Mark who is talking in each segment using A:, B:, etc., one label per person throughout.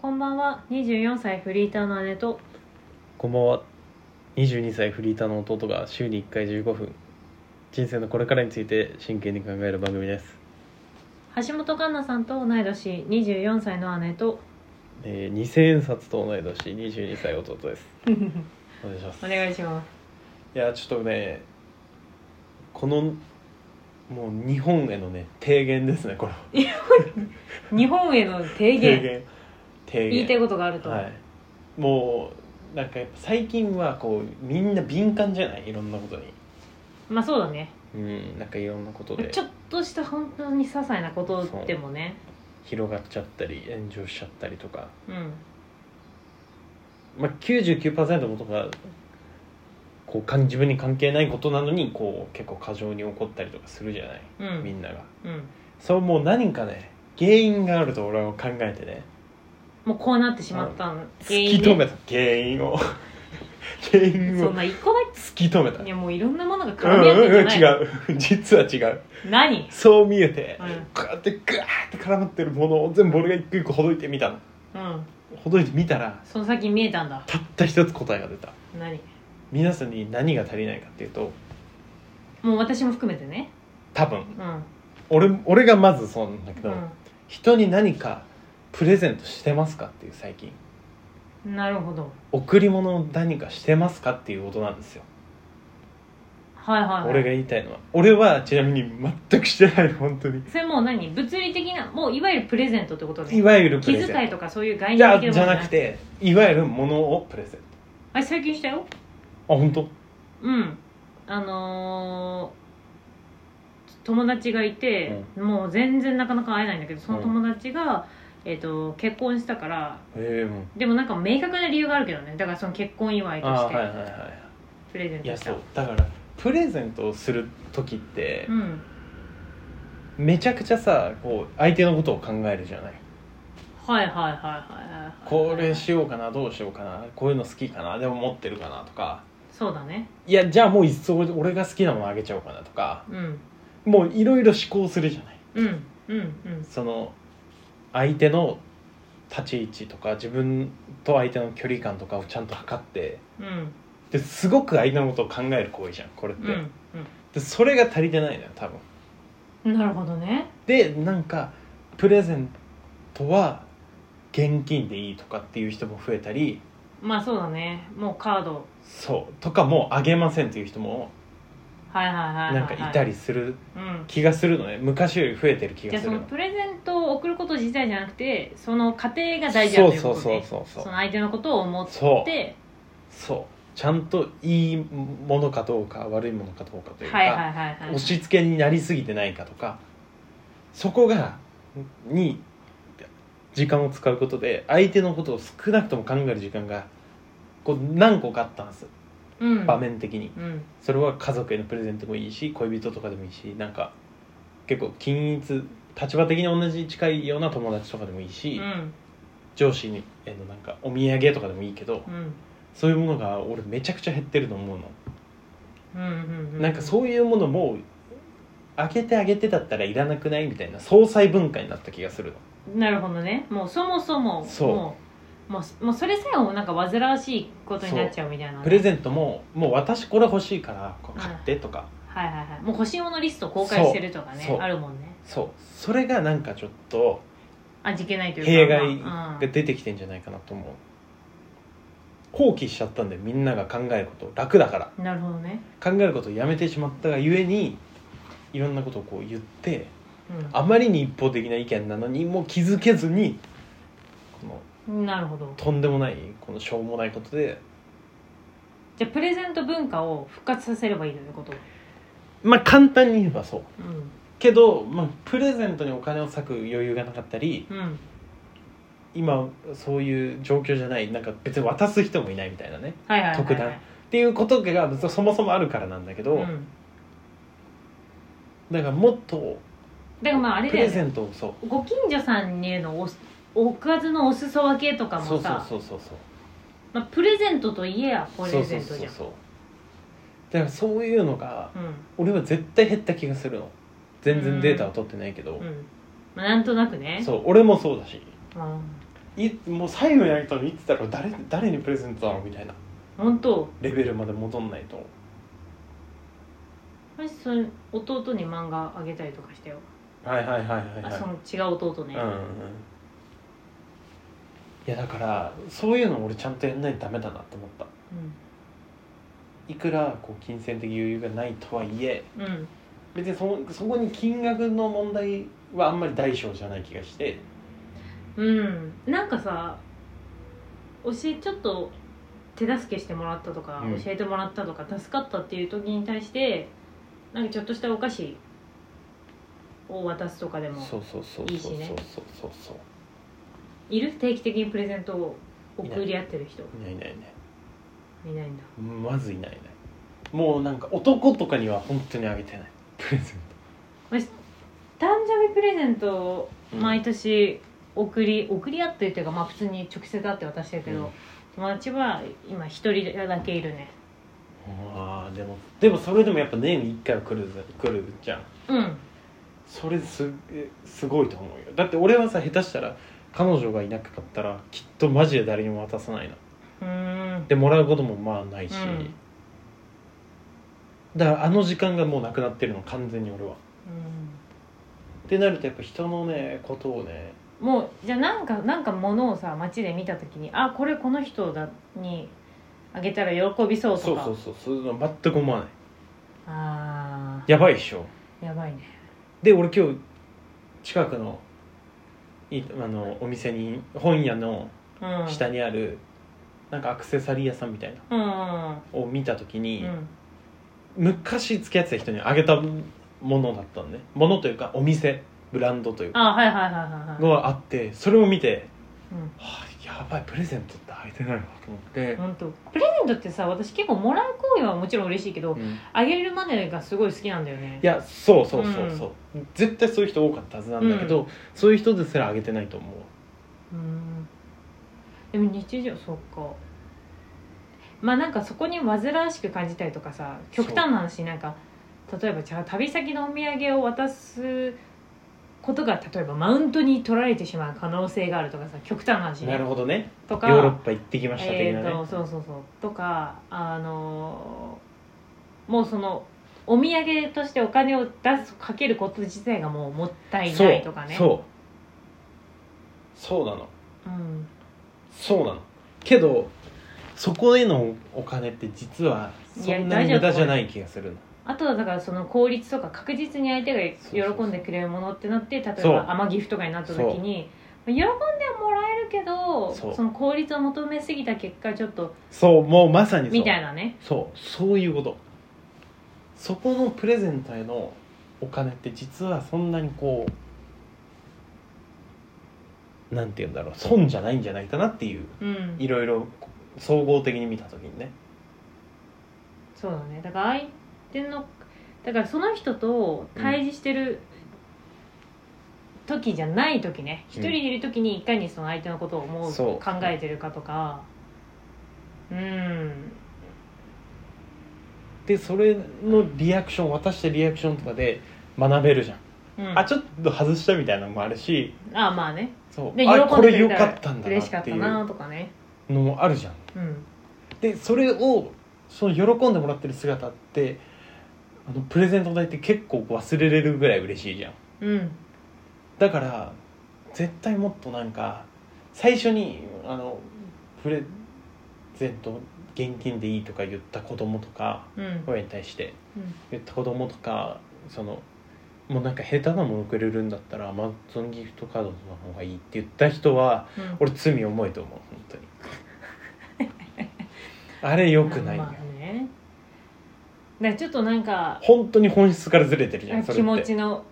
A: こんばんは24歳フリーターの姉と
B: こんばんは22歳フリーターの弟が週に1回15分人生のこれからについて真剣に考える番組です、
A: 橋本環奈さんと同い年24歳の姉 と
B: えー、2000円札と同い年22歳弟ですお願いします
A: お願いしま
B: いやちょっとねこのもう日本へのね提言ですねこれは
A: す日本への提言
B: 提言
A: 言いたいことがあると、
B: はいもうなんかやっぱ最近はこうみんな敏感じゃないいろんなことに
A: まあそうだね
B: うんなんかいろんなことで
A: ちょっとした本当に些細なことでもね
B: 広がっちゃったり炎上しちゃったりとか
A: うん
B: まあ、99%のことがこうかん自分に関係ないことなのにこう結構過剰に起こったりとかするじゃない、
A: う
B: みん
A: ん
B: なが
A: うん
B: そうもう何かね原因があると俺は考えてね
A: もうこうなってしまったの原
B: 突き
A: 因
B: 止
A: で
B: めた原因 を原因
A: そ
B: を
A: ん
B: 突
A: な一個だ
B: き止めた
A: けいやもういろんなものが
B: う
A: 絡
B: ん
A: み合ってん
B: うんうん
A: じゃ
B: 違
A: ない、
B: う 実は違う
A: 何
B: そう見えて、
A: うん
B: こうやってグワーって絡まってるものを全部俺が一個一個ほどいてみたの
A: うん
B: ほどいてみたら
A: その先見えたんだ
B: たった一つ答えが出た
A: 何
B: 皆さんに何が足りないかっていうと
A: もう私も含めてね
B: 多分
A: うん
B: 俺俺がまずそうなんだけ
A: う
B: ど、
A: ん
B: 人に何かプレゼントしてますかっていう最近
A: なるほど
B: 贈り物を何かしてますかっていうことなんですよ、
A: はいはい、はい、
B: 俺が言いたいのは俺はちなみに全くしてないの本当に
A: それもう何物理的なもういわゆるプレゼントってこと
B: い
A: ね
B: わゆるプ
A: 気
B: レゼント
A: 遣いとかそういう概
B: じゃ
A: 念
B: あ
A: 的
B: じゃ
A: もの
B: なくていわゆるものをプレゼン
A: あ最近したよ
B: トあ本当
A: うんあのー友達がいて、もう全然なかなか会えないんだけどその友達が、えっと結婚したから
B: ええもう
A: でもなんか明確な理由があるけどねだからその結婚祝いと
B: あ
A: し
B: はいはい
A: て
B: は
A: プレゼン
B: いい
A: ト
B: や
A: した、
B: そうだからプレゼントをする時って
A: うん
B: めちゃくちゃさこう相手のことを考えるじゃない
A: はいはいはいはいはいはい
B: これしようかなどうしようかなこういうの好きかなでも持ってるかなとか
A: そうだね
B: いやじゃあもう一層俺が好きなものあげちゃおうかなとか
A: うん
B: もういろいろ思考するじゃない
A: うんうんうん
B: その相手の立ち位置とか自分と相手の距離感とかをちゃんと測って
A: うん
B: ですごく相手のことを考える行為じゃんこれって、
A: うん
B: でそれが足りてないのよ多分
A: うんなるほどね
B: でなんかプレゼントは現金でいいとかっていう人も増えたり
A: まあそうだねもうカード
B: そうとかもうあげませんっていう人も
A: はいはいはいはい、はい、
B: なんかいたりする
A: うん
B: 気がするのね昔より増えてる気
A: じ
B: が
A: ゃあ
B: す
A: そ
B: る
A: の
B: の
A: プレゼントを送ること自体じゃなくてその過程が大事だと
B: そう
A: いう
B: そ
A: こ
B: う
A: と
B: そう
A: ね
B: そうそう
A: の相手のことを思っ
B: そう
A: て
B: そうちゃんといいものかどうか悪いものかどうかというか、
A: はいはいはいはい
B: 押し付けになりすぎてないかとかそこがに時間を使うことで相手のことを少なくとも考える時間がこう何個かあったんです
A: うん
B: 場面的に、
A: うん
B: それは家族へのプレゼントもいいし恋人とかでもいいしなんか結構均一立場的に同じ近いような友達とかでもいいし、
A: うん
B: 上司にへのなんかお土産とかでもいいけど、
A: うん
B: そういうものが俺めちゃくちゃ減ってると思うの、
A: うんうん
B: なんかそういうものも開けてあげてだったらいらなくないみたいな総裁文化になった気がする
A: うんなるほどねもうそもそも
B: そう
A: もうもうもうそれさえもなんか煩わしいことになっちゃうみたいな、
B: のプレゼントももう私これ欲しいからこう買ってとか、
A: はいはいはいもう欲しいものリスト公開してるとか
B: そ
A: ね
B: う
A: あるもんね
B: そうそれがなんかちょっと
A: 味気ないというか
B: 弊害
A: まあ
B: が
A: うん
B: 出てきてんじゃないかなと思う放棄しちゃったんでみんなが考えること楽だから
A: なるほどね、
B: 考えることをやめてしまったがゆえにいろんなことをこう言って
A: うん
B: あまりに一方的な意見なのにもう気づけずにこの
A: なるほど
B: とんでもないこのしょうもないことで
A: じゃあプレゼント文化を復活させればいいということ、
B: まあ簡単に言えばそう
A: うん
B: けど、まあ、プレゼントにお金を割く余裕がなかったり
A: うん、
B: 今そういう状況じゃないなんか別に渡す人もいないみたいなね
A: はいはいはい、はい、
B: 特段っていうことが別にそもそもあるからなんだけど、
A: うん、
B: だからもっと
A: だからまああれ
B: プ
A: だよ
B: レ
A: ね
B: ゼントをそう
A: ご近所さんへのおすおかずのお裾分けとかもさ
B: そうそうそうそうそう
A: まあ、プレゼントといえやプ
B: そ
A: レ
B: う
A: ゼ
B: そう
A: ントじゃん
B: そう
A: う
B: そうだからそういうのが俺は絶対減った気がするの全然データは取ってないけど、
A: ん、うんまあ、なんとなくね
B: そう俺もそうだし
A: うん
B: いもう最後にあげたのいつだろう誰誰にプレゼントだろうみたいな
A: 本当
B: レベルまで戻んないと
A: 私それ弟に漫画あげたりとかしたよ、
B: はいはいはいはいは
A: あ
B: い
A: その違う弟ね、
B: うんうんいやだからそういうの俺ちゃんとやんないとダメだなと思ったいくらこう金銭的余裕がないとはいえ
A: うんうん
B: 別にそそこに金額の問題はあんまり大小じゃない気がして
A: うんなんかさ教えちょっと手助けしてもらったとか、
B: うん
A: 教えてもらったとか助かったっていう時に対してなんかちょっとしたお菓子を渡すとかでも
B: そうそうそう
A: い
B: そう
A: いし
B: そう
A: ね
B: そうそうそう
A: いる定期的にプレゼントを送り合ってる人
B: いないいないいない
A: いないんだ
B: まずいないいないもうなんか男とかには本当にあげ てないプレゼン
A: 誕生日プレゼントを
B: ト
A: 毎年送り送り合ってるっていうかまあ普通に直接会って渡してるけど、
B: うん
A: 友達は今一人だけいるね
B: あーでもでもそれでもやっぱ年に1回は来るぜ来るじゃん
A: うん
B: それすえすごいと思うよだって俺はさ下手したら彼女がいなかったらきっとマジで誰にも渡さないな
A: うーん
B: でもらうこともまあないし、
A: うん
B: だからあの時間がもうなくなってるの完全に俺はってなるとやっぱ人のねことをね
A: うんもうじゃあなんかなんか物をさ街で見た時にあこれこの人だにあげたら喜びそう
B: そ
A: と
B: う
A: か
B: そうそうそういうの全く思わない
A: あ
B: やばいっしょ
A: あやばいね
B: で俺今日近くのいあのお店に本屋の
A: うん
B: 下にある、なんかアクセサリー屋さんみたいな
A: うんうん
B: を見た時
A: う
B: に、
A: ん
B: 昔付き合ってた人にあげたものだったのねものというかお店ブランドというか
A: あーはいはいはいはいはい
B: があってそれを見て、
A: うん
B: はあ、やばいプレゼントってあげてないわと思って、
A: 本当プレゼントってさ私結構もらう行為はもちろん嬉しいけど
B: うんい
A: あげるまでがすごい好きなんだよね
B: やそうそうそうそう、絶対そういう人多かったはずなんだけど、そういう人ですらあげてないと思う
A: うんでも日常そっかまあなんかそこに煩わしく感じたりとかさ極端な話なんか例えばじゃあ旅先のお土産を渡すことが例えばマウントに取られてしまう可能性があるとかさ極端な話ね
B: なるほどね
A: と
B: ヨ
A: か
B: ーロッパ行ってきました的
A: え
B: なね、
A: ー、とそうそうそうとかあのーもうそのお土産としてお金を出すかけること自体がもうもったいないとかね
B: そうそうそうなの
A: うん
B: そうなのけどそこへのお金って実はそんないに
A: や大丈夫
B: 無駄じゃない気がするの
A: あとはだからその効率とか確実に相手が喜んでくれるものってなって例え
B: そう
A: ば甘ギフとかになった時にまあ喜んではもらえるけど
B: そう
A: その効率を求めすぎた結果ちょっと
B: そうもうまさにそう
A: みたいなね
B: そうそういうことそこのプレゼントへのお金って実はそんなにこうなんて言うんだろう損じゃないんじゃないかなっていう
A: うん
B: いろいろ総合的に見た時にね
A: そうだねだから相手のだからその人と対峙してる時じゃない時ね
B: うん
A: 一、人でいる時にいかにその相手のことを思う
B: そう
A: 考えてるかとかうん
B: でそれのリアクション渡したリアクションとかで学べるじゃん、
A: うん
B: あちょっと外したみたいなのもあるし
A: あまあね
B: そう
A: で喜ん
B: あ
A: で
B: こ
A: く
B: れ
A: れ
B: 良
A: た
B: かった
A: ら
B: んだな
A: 嬉しか
B: っ
A: ってた
B: いう
A: なとかね
B: のもあるじゃん
A: うん
B: でそれをその喜んでもらってる姿ってあのプレゼント代って結構忘れれるぐらい嬉しいじゃん
A: うん
B: だから絶対もっとなんか最初にあのプレゼント現金でいいとか言った子供とか
A: うん
B: 親に対して
A: うん
B: 言った子供とかそのもうなんか下手なものくれるんだったらマッゾンギフトカードの方がいいって言った人は
A: うん
B: 俺罪重いと思う本当にあれ良くないよ
A: まあねだからちょっとなんか
B: 本当に本質からずれてるじゃんそれ
A: 気持
B: って
A: ちの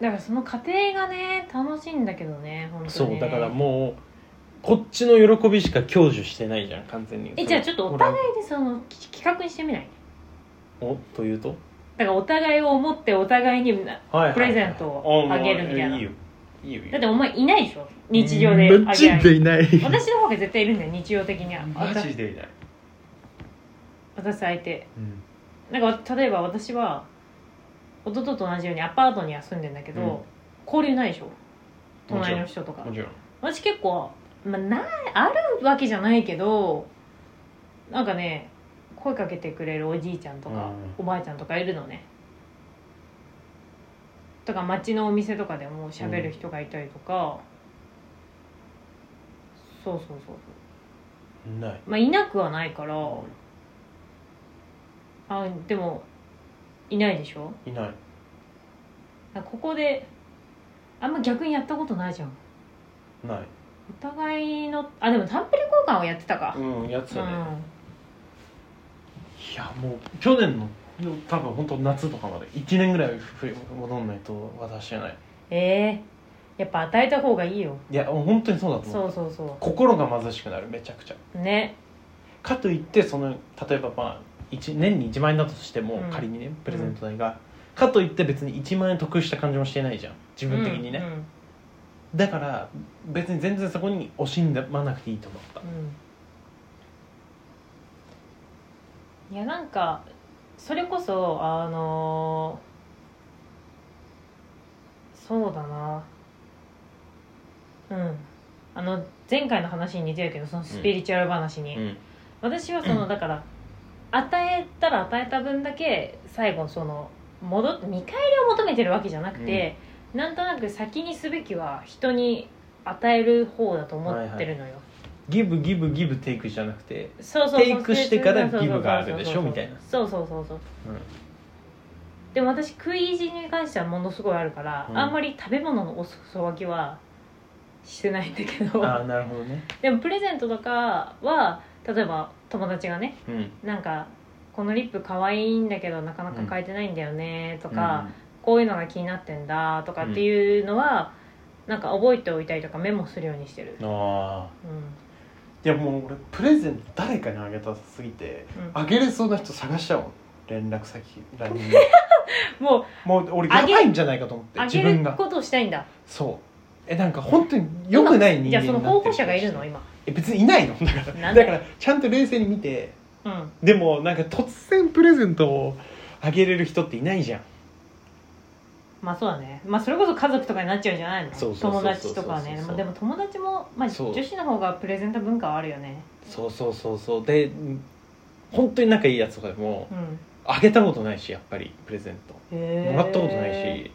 A: だからその過程がね楽しいんだけどね本当に
B: そうだからもうこっちの喜びしか享受してないじゃん完全に
A: えじゃあちょっとお互いでそのき企画にしてみない
B: おというと、
A: だからお互いを思ってお互いにな
B: はいはいはい
A: プレゼントをあげるみたいな
B: あもういいよいいよいいよ
A: だってお前いないでしょ日常であ
B: マ
A: げ
B: ジ
A: られる
B: でいない
A: 私の方が絶対いるんだよ日常的には
B: マジでいない、
A: 私私相手
B: うん
A: なんか例えば私は弟と同じようにアパートには住んでんだけど、交流ないでしょ
B: も
A: 隣
B: ちろ
A: の
B: ん
A: 人とか
B: もちろん
A: 私結構、まあ、ないあるわけじゃないけどなんかね声かけてくれるおじいちゃんとか、おばあちゃんとかいるのねとか街のお店とかでも喋る人がいたりとか、そうそうそうそ
B: ない、
A: うまあいなくはないからあでもいないでしょ
B: いない
A: だからここであんま逆にやったことないじゃん
B: ない
A: お互いのあでもタンペリ交換をやってたか
B: うんやつ
A: う
B: だね、
A: ん
B: いやもう去年の多分本当夏とかまで1年ぐらい冬戻んないと私じゃない
A: ええやっぱ与えた方がいいよ
B: いやもう本当にそうだと思う
A: そうそうそ
B: 心が貧しくなるめちゃくちゃ
A: うね
B: かといってその例えばまあ一年に1万円だとしても、
A: うん
B: 仮にねプレゼント代が、かといって別に1万円得した感じもしてないじゃん自分的にね、
A: うん
B: だから別に全然そこに惜しんでまなくていいと思った
A: いやなんかそれこそあのーそうだなうんあの前回の話に似てるけどそのスピリチュアル話に、
B: うん
A: 私はそのだから与えたら与えた分だけ最後その戻って見返りを求めてるわけじゃなくて、なんとなく先にすべきは人に与える方だと思ってるのよ、
B: ギブギブギブテイクじゃなくて
A: そうそうそう
B: テイクしてから
A: そうそうそうそう
B: ギブがあるでしょみたいな
A: そうそうそうそう
B: うん
A: でも私食い意地に関してはものすごいあるから、
B: うん
A: あんまり食べ物のお裾分けはしてないんだけど
B: ああなるほどね
A: でもプレゼントとかは例えば友達がね
B: うん
A: なんかこのリップ可愛いんだけどなかなか買えてないんだよねとか、こういうのが気になってんだとかっていうのは、なんか覚えておいたりとかメモするようにしてる
B: う、んああ
A: う
B: いやもう俺プレゼント誰かにあげたすぎて
A: んうん
B: あげれそうな人探しちゃおう連絡先 LINE
A: もう
B: もう俺
A: あ
B: や
A: げ
B: ばいんじゃないかと思って
A: あ
B: 自
A: げ
B: 分
A: る
B: が
A: ことをしたいんだ
B: そうえなんか本当に良くない人
A: じゃ
B: 間
A: あ
B: に
A: その
B: なって
A: 候補者がいるの今
B: え別にいないのだか
A: な
B: ら
A: んで
B: だからちゃんと冷静に見て
A: うん
B: でもなんか突然プレゼントをあげれる人っていないじゃん
A: まあそうだねまあそれこそ家族とかになっちゃうんじゃないの
B: そうそうそ
A: 友
B: うそう
A: 達とかは
B: そう
A: ね
B: そうそ
A: ま
B: う
A: あでも友達も、まあ、
B: そう
A: 女子の方がプレゼント文化はあるよね
B: そうそうそうそうでうん本当に仲いいやつとかでも
A: うん
B: あげたことないしやっぱりプレゼント
A: へえ
B: もらったことないし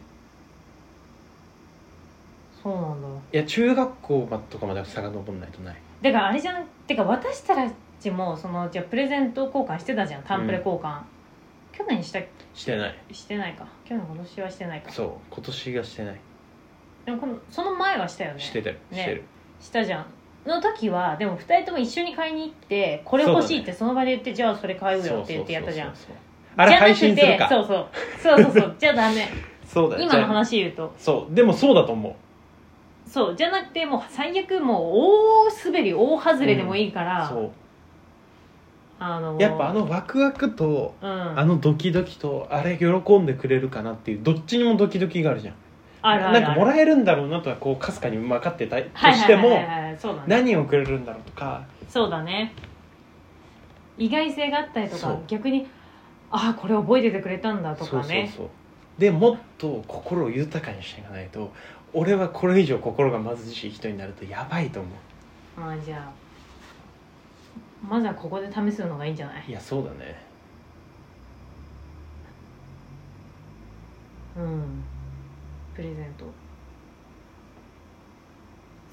A: そうなんだ
B: いや中学校まとかまで遡んないとない
A: だからあれじゃなてか私たちもそのじゃあプレゼント交換してたじゃんタンプレ交換、去年した
B: してない
A: してないか去年今年はしてないか
B: そう今年がしてない
A: でもこのその前はしたよね
B: しててる
A: ね
B: してる
A: したじゃんの時はでも2人とも一緒に買いに行ってこれ欲しいってその場で言って、じゃあそれ買うよって言ってやったじゃん
B: そうそうそうそうあれ
A: じゃな
B: 配
A: くて
B: 信するか
A: そうそうそうそう そうじゃあダメ
B: そうだよ
A: 今の
B: じゃあ
A: 話言うと
B: そうでもそうだと思
A: そうじゃなくてもう最悪もう大滑り大外れでもいいか
B: う
A: ら、
B: そ
A: あの
B: うやっぱあのワクワクと
A: うん
B: あのドキドキとあれ喜んでくれるかなっていうどっちにもドキドキがあるじゃん
A: あるあるある
B: なんかもらえるんだろうなとはこうかすかに分かってたと
A: はい
B: しても、
A: はいはいはいはいそうだね
B: 何をくれるんだろうとか
A: そうだね意外性があったりと
B: そ
A: か
B: う
A: 逆にああこれ覚えててくれたんだとかね
B: そうそうそうでもっと心を豊かにしていかないと俺はこれ以上心が貧しい人になるとやばいと思う
A: まあじゃあまずはここで試すのがいいんじゃない
B: いやそうだね
A: うんプレゼント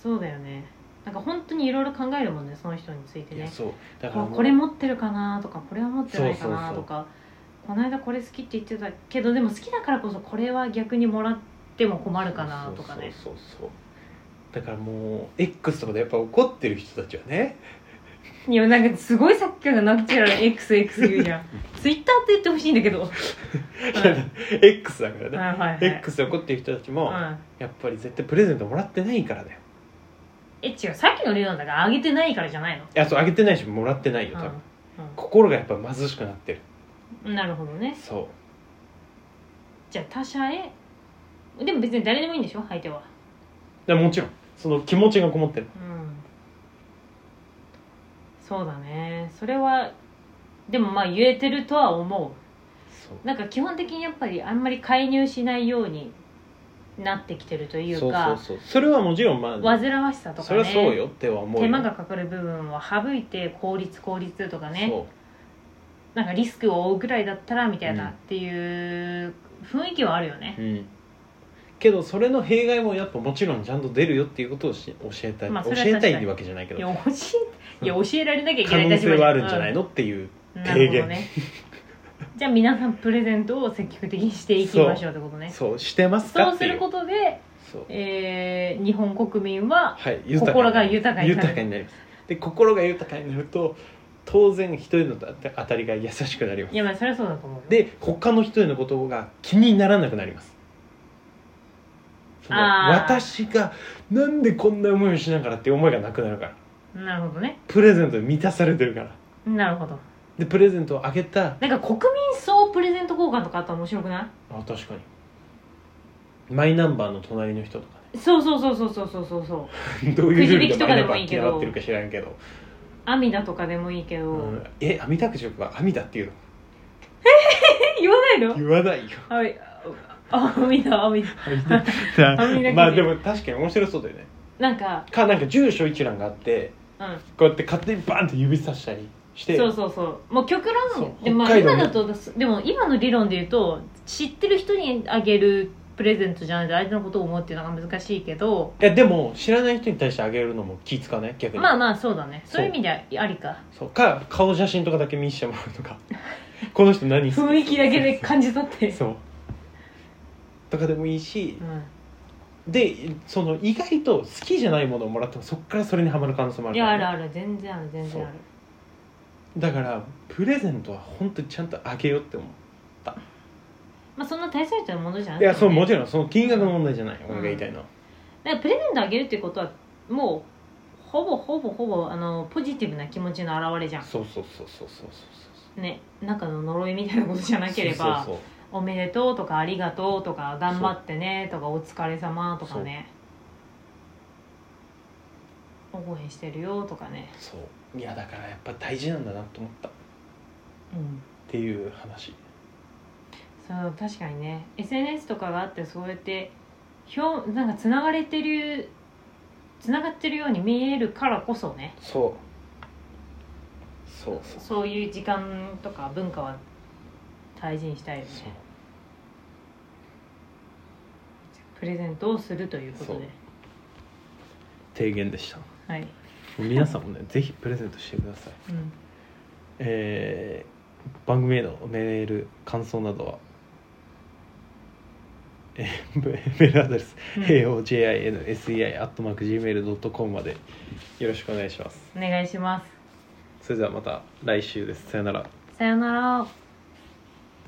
A: そうだよねなんか本当にいろいろ考えるもんねその人について
B: いや
A: ね
B: そうだから
A: あ
B: もう
A: これ持ってるかなとかこれは持ってないかな
B: そうそうそ
A: と
B: う
A: かこの間これ好きって言ってたけどでも好きだからこそこれは逆にもらっても困るかなとかね
B: そうそうそうそうだからもう X とかでやっぱ怒ってる人たちはね
A: いやなんかすごいさっきからナチュラル XX 言う じゃんツイッターって言ってほしいんだけど、う
B: X だから
A: ん、
B: ね
A: はいはいはい、
B: X で怒ってる人たち
A: う
B: も
A: ん、
B: やっぱり絶対プレゼントもらってないからだよ
A: え違うさっきの理由なんだからあげてないからじゃないの
B: いやそうあげてないしもらってないよ多分
A: う
B: 心がやっぱ貧しくなってる
A: んうん、なるほどね
B: そう
A: じゃあ他者へでも別に誰でもいいんでしょ相手は
B: でもちろんその気持ちがこもってる
A: うんそうだねそれはでもまあ言えてるとは思
B: そう
A: うなんか基本的にやっぱりあんまり介入しないようになってきてるという
B: そうそ
A: か
B: うそうそれはもちろんまあ
A: 煩わしさと
B: そ
A: か
B: れ
A: ね
B: はそうよっては思うよ
A: 手間がかかる部分は省いて効率効率とかね
B: そ
A: なんかリスクを負うぐらいだったらみたいな
B: うん
A: っていう雰囲気はあるよね
B: う、うん、けどそれの弊害もやっぱもちろんちゃんと出るよっていうことをし教えたい、
A: まあそ
B: 教
A: れは
B: えた
A: 確
B: い
A: か
B: っ
A: に
B: てわけじゃないけ
A: い
B: ど
A: や教えいや教えられなきゃいけ
B: 可
A: ない
B: 能性はあるんじゃない
A: の
B: のっていう
A: なるほ
B: 提
A: ど
B: 言
A: ね じゃあ皆さんプレゼントを積極的にしていきましょうってことね
B: そうしてますか
A: そう
B: って
A: す
B: いう
A: ることで、
B: そう
A: えー日本国民は
B: はい
A: 心が豊かになる
B: 豊かになりますで心が豊かになると当然一人の当た当たりが優しくなります
A: いやまあそれはそうだと思うよ
B: で他の人へのことが気にならなくなりますその
A: あー
B: 私がなんでこんな思いをしながらっていう思いがなくなるから
A: なるほどね
B: プレゼントで満たされてるから
A: なるほど
B: でプレゼントをあげた
A: なんか国民総プレゼント交換とかあったら面白くな
B: あ確かにマイナンバーの隣の人とか
A: いそうそうそうそうそうそうそうそう
B: ねどういうルール
A: くじ引きとかでも
B: マ
A: い
B: イナン
A: いけど
B: バー決まってるか知らんけど、
A: 阿弥陀とかでもいいけど、
B: うん、え網田くじは網田っていうの
A: え言わないの
B: 言わないよ
A: はいあ阿弥陀阿弥陀 網田くじ
B: まあでも確かに面白そうだよね
A: なんか
B: かなんか住所一覧があって
A: うん
B: こうやって勝手にバンって指さしたりして
A: そうそうそうもう極
B: そう
A: 論で、まあ、
B: 北海道
A: 今
B: の
A: だとでも今の理論で言うと知ってる人にあげるプレゼントじゃないと相手のことを思うっていうのが難しいけど
B: いやでも知らない人に対してあげるのも気使わない逆に、
A: まあまあそうだね
B: そう
A: そういう意味ではありか
B: そうか顔写真とかだけ見せてもらう とかこの人何
A: 雰囲気だけで感じ取って
B: そうとかでもいいし
A: う、ん
B: でその意外と好きじゃないものをもらってもそこからそれにはまる可能性も あ
A: い
B: るか
A: や
B: ら
A: あ
B: ね、
A: るある全然ある全然ある
B: だからプレゼントは本当にちゃんとあげようって思う
A: まあそんな大それたものじゃない
B: いやそうも
A: ろん
B: ちろんその金額の問題じゃない、
A: ん
B: 俺が言いたいのは
A: だからプレゼントあげるっていうことはもうほぼほぼほぼあのポジティブな気持ちの表れじゃ
B: そうそうそうそうそうそうそうん
A: ね中の呪いみたいなことじゃなければ
B: そうそうそう
A: おめでとうとかありがとうとか頑張ってねとかお疲れ様とかね応援してるよとかね、
B: そういやだからやっぱ大事なんだなと思ったっ
A: うん、
B: ていう話
A: そう確かにね SNS とかがあってそうやって表なんかつながれてるつながってるように見えるからこそね
B: そうそうそう
A: そういう時間とか文化は大事にしたいよね
B: そう
A: プレゼントをするということで
B: 提言でした
A: はい、
B: 皆さん もねぜひプレゼントしてください
A: うん、
B: えー番組へのメール感想などはえーメメールアドレス、
A: うん
B: aojinsei.gmail.com までよろしくお願いします
A: お願いします
B: それではまた来週ですさよなら
A: さよなら